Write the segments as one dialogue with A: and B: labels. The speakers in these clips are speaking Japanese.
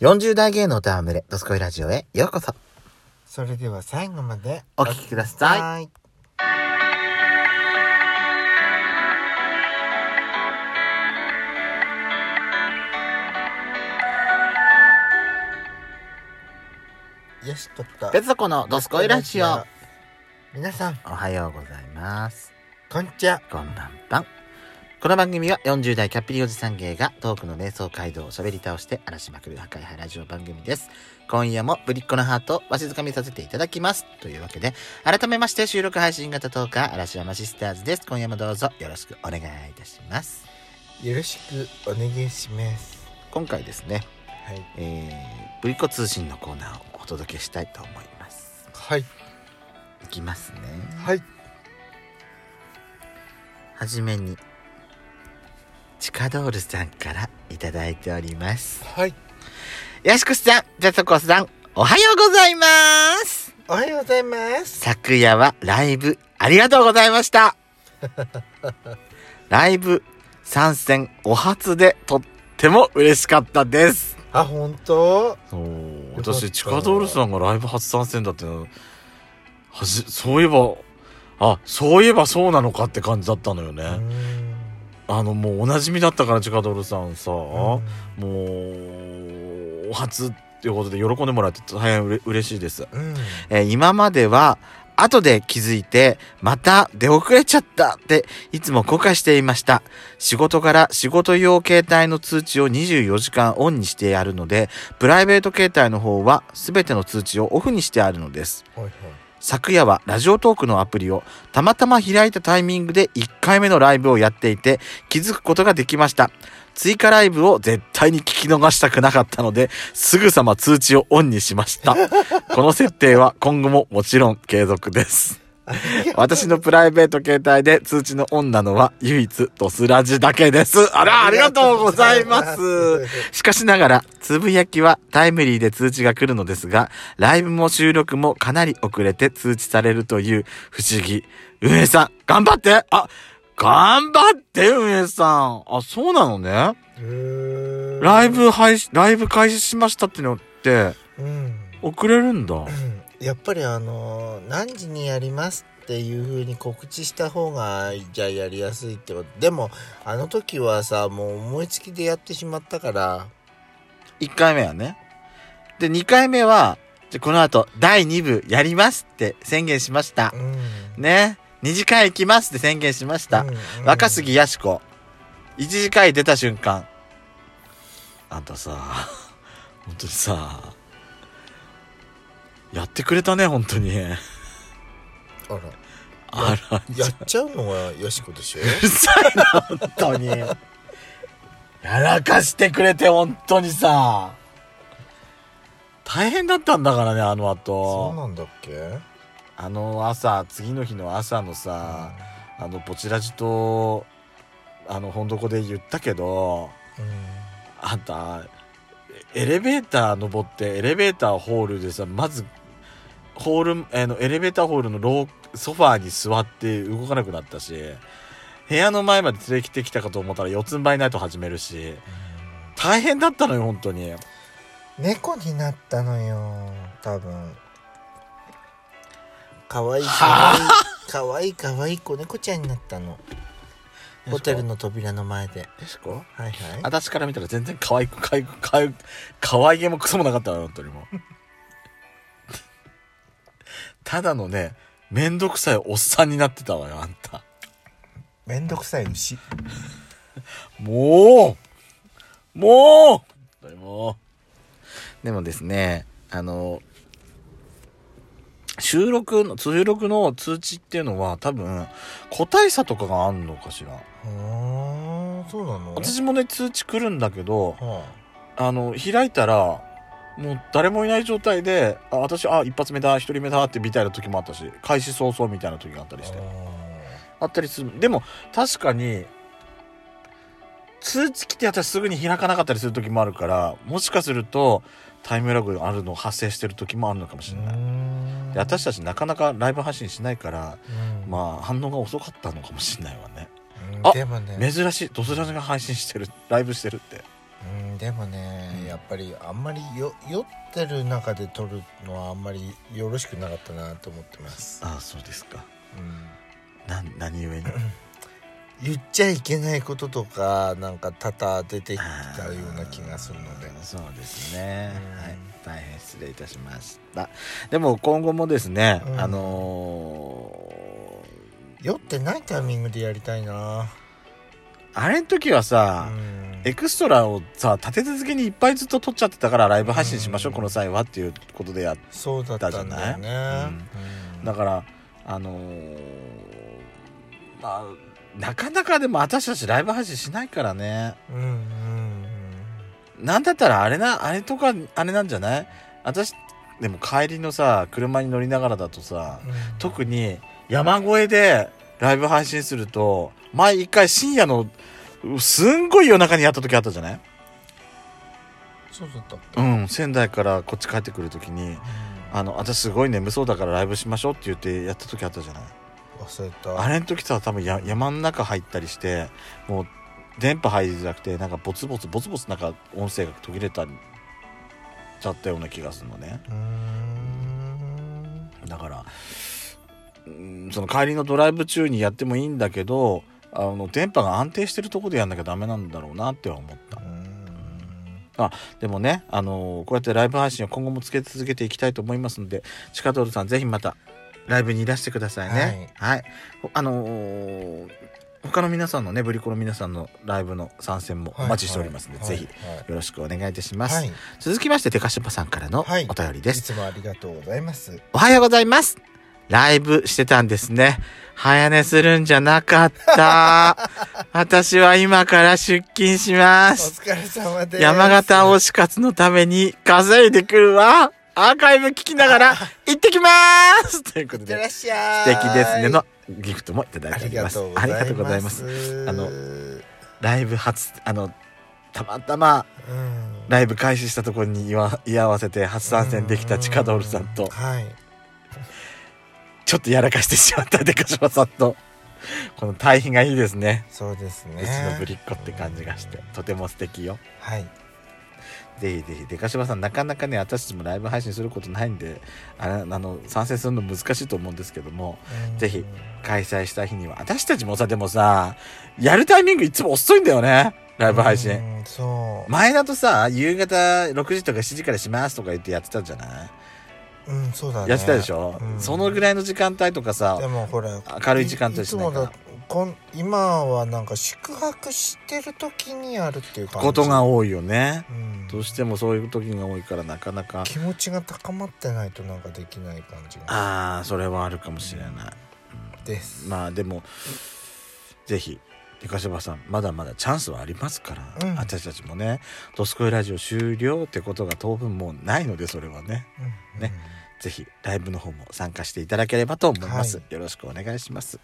A: 40代芸能とはむれ、ドスコイラジオへようこそ。
B: それでは最後まで
A: お聞きください。
B: い。よしとっと。
A: 別子のドスコイラジオ。。
B: 皆さん、
A: おはようございます。
B: こんにちは。
A: こんばんばん。この番組は40代キャッピリおじさん芸がトークの瞑想街道を喋り倒して荒らしまくる破壊派ラジオ番組です。今夜もぶりっ子のハートをわしづかみさせていただきます。というわけで、改めまして収録配信型トーカー嵐山シスターズです。今夜もどうぞよろしくお願いいたします。
B: よろしくお願いします。
A: 今回ですね、
B: はい。
A: えー、ぶりっ子通信のコーナーをお届けしたいと思います。
B: はい。
A: いきますね。
B: はい。
A: はじめに、チカドールさんからいただいております。
B: はい。
A: やしこさん、ジャソコさん、おはようございます。
B: おはようございます。
A: 昨夜はライブありがとうございました。 ライブ参戦お初でとっても嬉しかったです。
B: あ、本当
C: そう
B: よかった
C: 私地下ドールさんがライブ初参戦だってのはじそういえばあそういえばそうなのかって感じだったのよね、
B: うん
C: あのもうおなじみだったから地下ドールさんさ、
B: うん
C: もうお初っていうことで喜んでもらって大変うれ嬉しいです、
B: うん。
A: えー今までは後で気づいて、また出遅れちゃったって、いつも後悔していました。仕事から仕事用携帯の通知を24時間オンにしてあるので、プライベート携帯の方は全ての通知をオフにしてあるのです。
B: はいはい。
A: 昨夜はラジオトークのアプリをたまたま開いたタイミングで1回目のライブをやっていて気づくことができました。追加ライブを絶対に聞き逃したくなかったのですぐさま通知をオンにしました。この設定は今後ももちろん継続です。私のプライベート携帯で通知のオンなのは唯一ドスラジだけです。あら、ありがとうございます。しかしながら、つぶやきはタイムリーで通知が来るのですが、ライブも収録もかなり遅れて通知されるという不思議。運営さん、頑張ってあ、頑張って運営さん。あ、そうなのね。
B: うん
C: ライブ配信、ライブ開始しましたってのって、
B: うん、
C: 遅れるんだ。
B: やっぱりあのー何時にやりますっていう風に告知した方がじゃあやりやすいってことでもあの時はさもう思いつきでやってしまったから
A: 1回目はね。で、2回目は、じゃこの後、第2部やりますって宣言しました
B: う。ん
A: ね。2次会行きますって宣言しました。
B: うん
A: 若杉やしこ。1次会出た瞬間。
C: あんた さ、本当にさ、やってくれたね、本当に。
B: あら
C: あら、
B: やっちゃうのがよしこでしょ
C: うるさいな、本当に。やらかしてくれて、本当にさ。大変だったんだからね、 あの
B: そ
C: 後。
B: うなんだっけ
C: あの朝、次の日の朝のさ、あの、ぼちらじと、あの、本床で言ったけど、
B: うん
C: あんた、エレベーター登って、エレベーターホールでさ、まず、ホール、あの、エレベーターホールのロー、ソファーに座って動かなくなったし、部屋の前まで連れてきたかと思ったら四つん這いないと始めるし、大変だったのよ、本当に。
B: 猫になったのよ多分かわいいかわいいかわいい子猫ちゃんになったのホテルの扉の前で
C: よしこ
B: はいはい
C: 私から見たら全然可愛く、可愛く、可愛く、可愛げもクソもなかったわよ、本当にもう。ただのね、めんどくさいおっさんになってたわよ、あんた。
B: めんどくさい牛
C: もうもうも
A: でもですね、あの、収録の、収録の通知っていうのは多分、個体差とかがあるのかしら。
B: うーんそうなの
C: 私もね、通知来るんだけど、
B: は
C: あの、開いたら、もう誰もいない状態で、あ、私、あ、一発目だ、一人目だってみたいな時もあったし、開始早々みたいな時があったり
B: あ
C: して。
B: あ
C: あったりする。でも、確かに、通知来て私すぐに開かなかったりする時もあるから、もしかすると、タイムラグがあるの、発生してる時もあるのかもしれない。
B: ー
C: で私たちなかなかライブ配信しないから、
B: うん
C: まあ反応が遅かったのかもしれないわね
B: うん
C: あ
B: でもね
C: 珍しいドスラジが配信してるライブしてるって
B: うんうんでもね、
A: うん
B: やっぱりあんまりよ酔ってる中で撮るのはあんまりよろしくなかったなと思ってます、
C: ああそうですか
B: うん
C: な何故に
B: 言っちゃいけないこととかなんか多々出てきたような気がするので
C: あーそうですね
B: うん
C: はい大変失礼いたしましたでも今後もですね、
B: うん
C: あの
B: 酔ってないタイミングでやりたいな
C: ーあれの時はさ、
B: うん
C: エクストラをさ立て続けにいっぱいずっと撮っちゃってたからライブ配信しましょう、
B: うん
C: この際はっていうことでやっ
B: そうだったんだよねうん
C: だからあのーまあなかなかでも私たちライブ配信しないからね
B: うんうん
C: なんだったらあれなあれとかあれなんじゃない私でも帰りのさ車に乗りながらだとさ
B: うんうん
C: 特に山越えでライブ配信すると前一回深夜のすんごい夜中にやった時あったじゃない
B: そうだったっけ
C: うん仙台からこっち帰ってくる時に
B: あ
C: あの私すごい眠そうだからライブしましょうって言ってやった時あったじゃない
B: 忘れた
C: あれの時さ多分や山の中入ったりしてもう電波入りづらくてなんかボツボツボツボツなんか音声が途切れたちゃったような気がするのね
B: うーん
C: だからうんその帰りのドライブ中にやってもいいんだけどあの電波が安定してるとこでやんなきゃダメなんだろうなっては思った
B: うん
C: でもねあのこうやってライブ配信を今後もつけ続けていきたいと思いますのでチカトルさんぜひまたライブにいらしてくださいねはい、ほあのー他の皆さんのねブリコの皆さんのライブの参戦もお待ちしておりますので、
B: はいはい
C: ぜひよろしくお願いいたします、
B: はい
C: 続きましてテカシュパさんからの
B: はい
C: お便り
B: い
C: です、
B: つもありがとうございます
A: おはようございます。ライブしてたんですね。早寝するんじゃなか った。私は今から出勤しま
B: お
A: す。
B: 疲れ様です
A: 山形推し活のために稼いでくるわ。アーカイブ聞きな がら行ってきまーす というこ
B: い
A: と
B: って
A: で、
B: らっしゃい
A: 素敵ですねのギフトもいただい
B: あ
A: てお
B: り
A: り
B: が
A: ます
B: とう。
A: ありがとうご
B: ご
A: ざ
B: ざ
A: い
B: い
A: ま。
B: ますす
A: あの
B: うん
A: ライブ初、あの、たまたまライブ開始したところに居合居合わせて初参戦できたチカドールさんと、
B: はい
A: ちょっとやらかしてしまったデカシマさんと、この対比がいいですね。
B: そうですね
A: うちのぶりっ子って感じがして、とても素敵よ。
B: はい
A: ぜひぜひ、デカシマさん、なかなかね、私たちもライブ配信することないんで、あれ、あの、参戦するの難しいと思うんですけども、ぜひ開催した日には、私たちもさ、でもさ、やるタイミングいつも遅いんだよね、ラ
B: ラ
A: イブ配信。
B: そう
A: 前だとさ、夕方6時とか7時からしますとか言ってやってたじゃない
B: うんそうだね
A: やってたでしょ、
B: うん
A: そのぐらいの時間帯とかさ
B: で、もほら
A: 明るい時間帯
B: い
A: し
B: つ
A: ない
B: も
A: から
B: だ。こん今はなんか宿泊してる時にやるっていう感じ
A: ことが多いよね。
B: うん
A: どうしてもそういう時が多いからなかなか
B: 気持ちが高まってないとなんかできない感じが
A: ああそれはあるかもしれない
B: です
A: まあでもぜひゆかしばさんまだまだチャンスはありますから、
B: うん
A: 私たちもね「ドスコイラジオ終了」ってことが当分もうないのでそれはね
B: うん
A: ねぜひライブの方も参加していただければと思います、
B: は
A: よろしくお願いします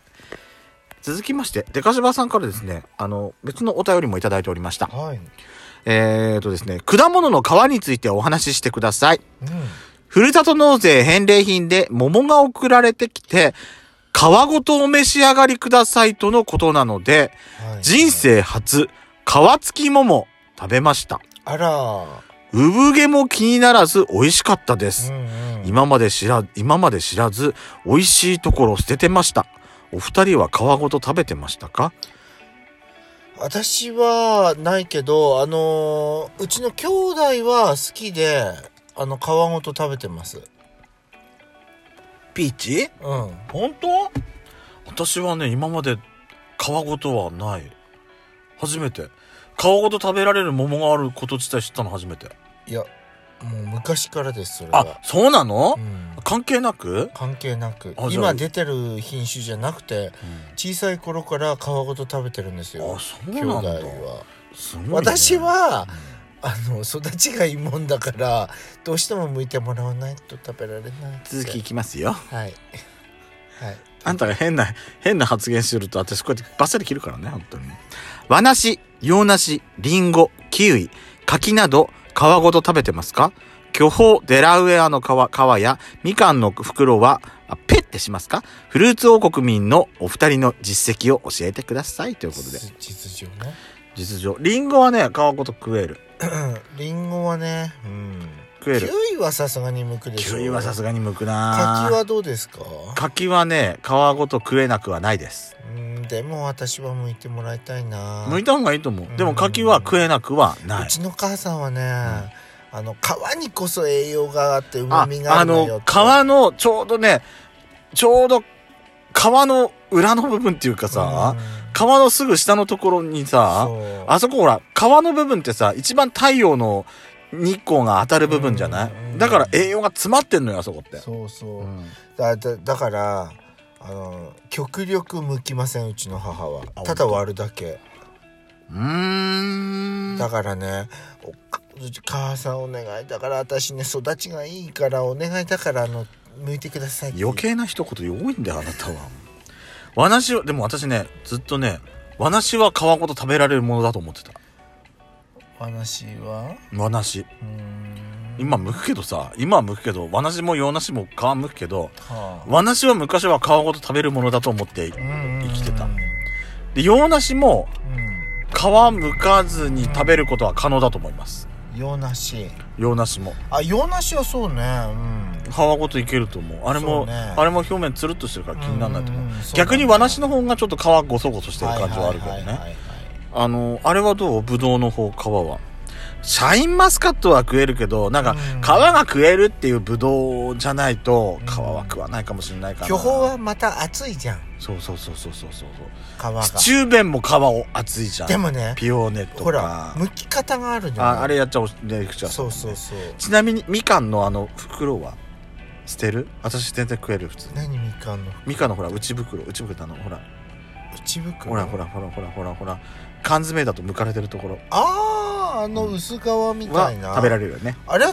A: 続きましてデカシバさんからですねあの別のお便りもいただいておりました
B: うんはい
A: えー、とですね果物の皮についてお話ししてください
B: うん
A: ふるさと納税返礼品で桃が送られてきて、皮ごとお召し上がりくださいとのことなので、
B: はい
A: 人生初、皮付き桃食べました。
B: あら
A: 産毛も気にならず美味しかったです。
B: んん
A: 今まで知ら、今まで知らず、美味しいところを捨ててました。お二人は皮ごと食べてましたか
B: 私はないけどあのーうちの兄弟は好きであの皮ごと食べてます
A: ピーチ
B: うん
C: 本当
A: 私はね、今まで皮ごとはない。初めて。皮ごと食べられる桃があること自体知ったの初めて。
B: いやもう昔からですそれ
A: あ
B: は、
A: そうなの、
B: うん、
A: 関係なく、
B: 関係なく
A: あじゃあ
B: 今出てる品種じゃなくて小さい頃から皮ごと食べてるんですよ
A: あ、そう
B: 兄
A: なん
B: 弟
A: だ。
B: は
A: すごいね
B: 私、はあの育ちがいいもんだからどうしても向いてもらわないと食べられない
A: 続きいきますよ。
B: はいはい
A: あんたが変な、変な発言すると私こうやってバッサリ切るからね、本当に。和梨、洋梨、リンゴ、キウイ、柿など皮ごと食べてますか巨峰、デラウェアの皮、皮やみかんの袋は、あペッてしますかフルーツ王国民のお二人の実績を教えてください。ということで。
B: 実情ね
A: 実情。リンゴはね、皮ごと食える。
B: リンゴはね、うん。
A: 食え
B: キ
A: る
B: ウイはさすがにむくでしょ。
A: キウイはさす
B: が。
A: がに剥くな
B: 柿はどうですか
A: 柿はね皮ごと食えなくはないです
B: うん、でも私は剥いてもらいたいな。
A: 剥いた方がいいと思
B: うん
A: うでも柿は食えなくはない
B: うちの母さんはね、あの、皮にこそ栄養があって旨
A: あ
B: 味が
A: あ
B: あるのよ
A: の皮のちょうどねちょうど皮の裏の部分っていうかさ、皮のすぐ下のところにさ
B: あ
A: あそこほら、皮の部分ってさ、一番太陽の日光が当たる部分じゃない、
B: うん
A: だから栄養が詰まってんのよ、あそこって。
B: そうそう、
A: うん
B: だだだからあの極力剥きませんうちの母は
A: あ
B: ただ割るだけ
A: うーん。
B: だからねおうち母さんお願いだから私ね育ちがいいからお願いだからあの剥いてくださいって
A: 余計な一言多いんだよ、あなたは。わなしは、でも私ね、ずっとね、わなしは皮ごと食べられるものだと思ってた。
B: お話は
A: わなし。
B: うーん
A: 今剥くけどさ、今は剥くけど、わなしも洋なしも皮剥くけど、
B: はあ
A: わなしは昔は皮ごと食べるものだと思って、
B: 生
A: 生きてたで、洋なしも皮剥かずに食べることは可能だと思います。
B: 洋梨
A: 洋なしも。
B: あ洋梨はそうねうん
A: 皮ごといけると思うあれ
B: そ
A: も、
B: うね
A: あれも表面つるっとしてるから気にならないと思う,、
B: うんうんうんそうだね
A: 逆に和梨の方がちょっと皮ごそごそしてる感じはあるけど
B: いい
A: ね
B: いい
A: あのあれはどうぶどうの方皮はシャインマスカットは食えるけどなんか
B: うん
A: 皮が食えるっていうぶどうじゃないと皮は食わないかもしれないから
B: 巨峰はまた熱いじゃん
A: そうそうそうそうそうそう
B: 皮
A: シ
B: が
A: チューベンも皮を厚いじゃん
B: でもね
A: ピオーネと
B: ほら
A: か
B: 剥き方があるじゃん
A: ああれやっちゃおうねくちゃん
B: そうそうそう
A: ちなみにみかんのあの袋は捨てる私全然食える普通に
B: 何みかんの
A: ミカのほら内袋内袋ってあのほら
B: 内袋
A: ほらほらほらほらほらほら缶詰だと剥かれてるところ
B: あああの薄皮みた
A: はい
B: な、
A: 食べら
B: れ
A: れるよね
B: あれは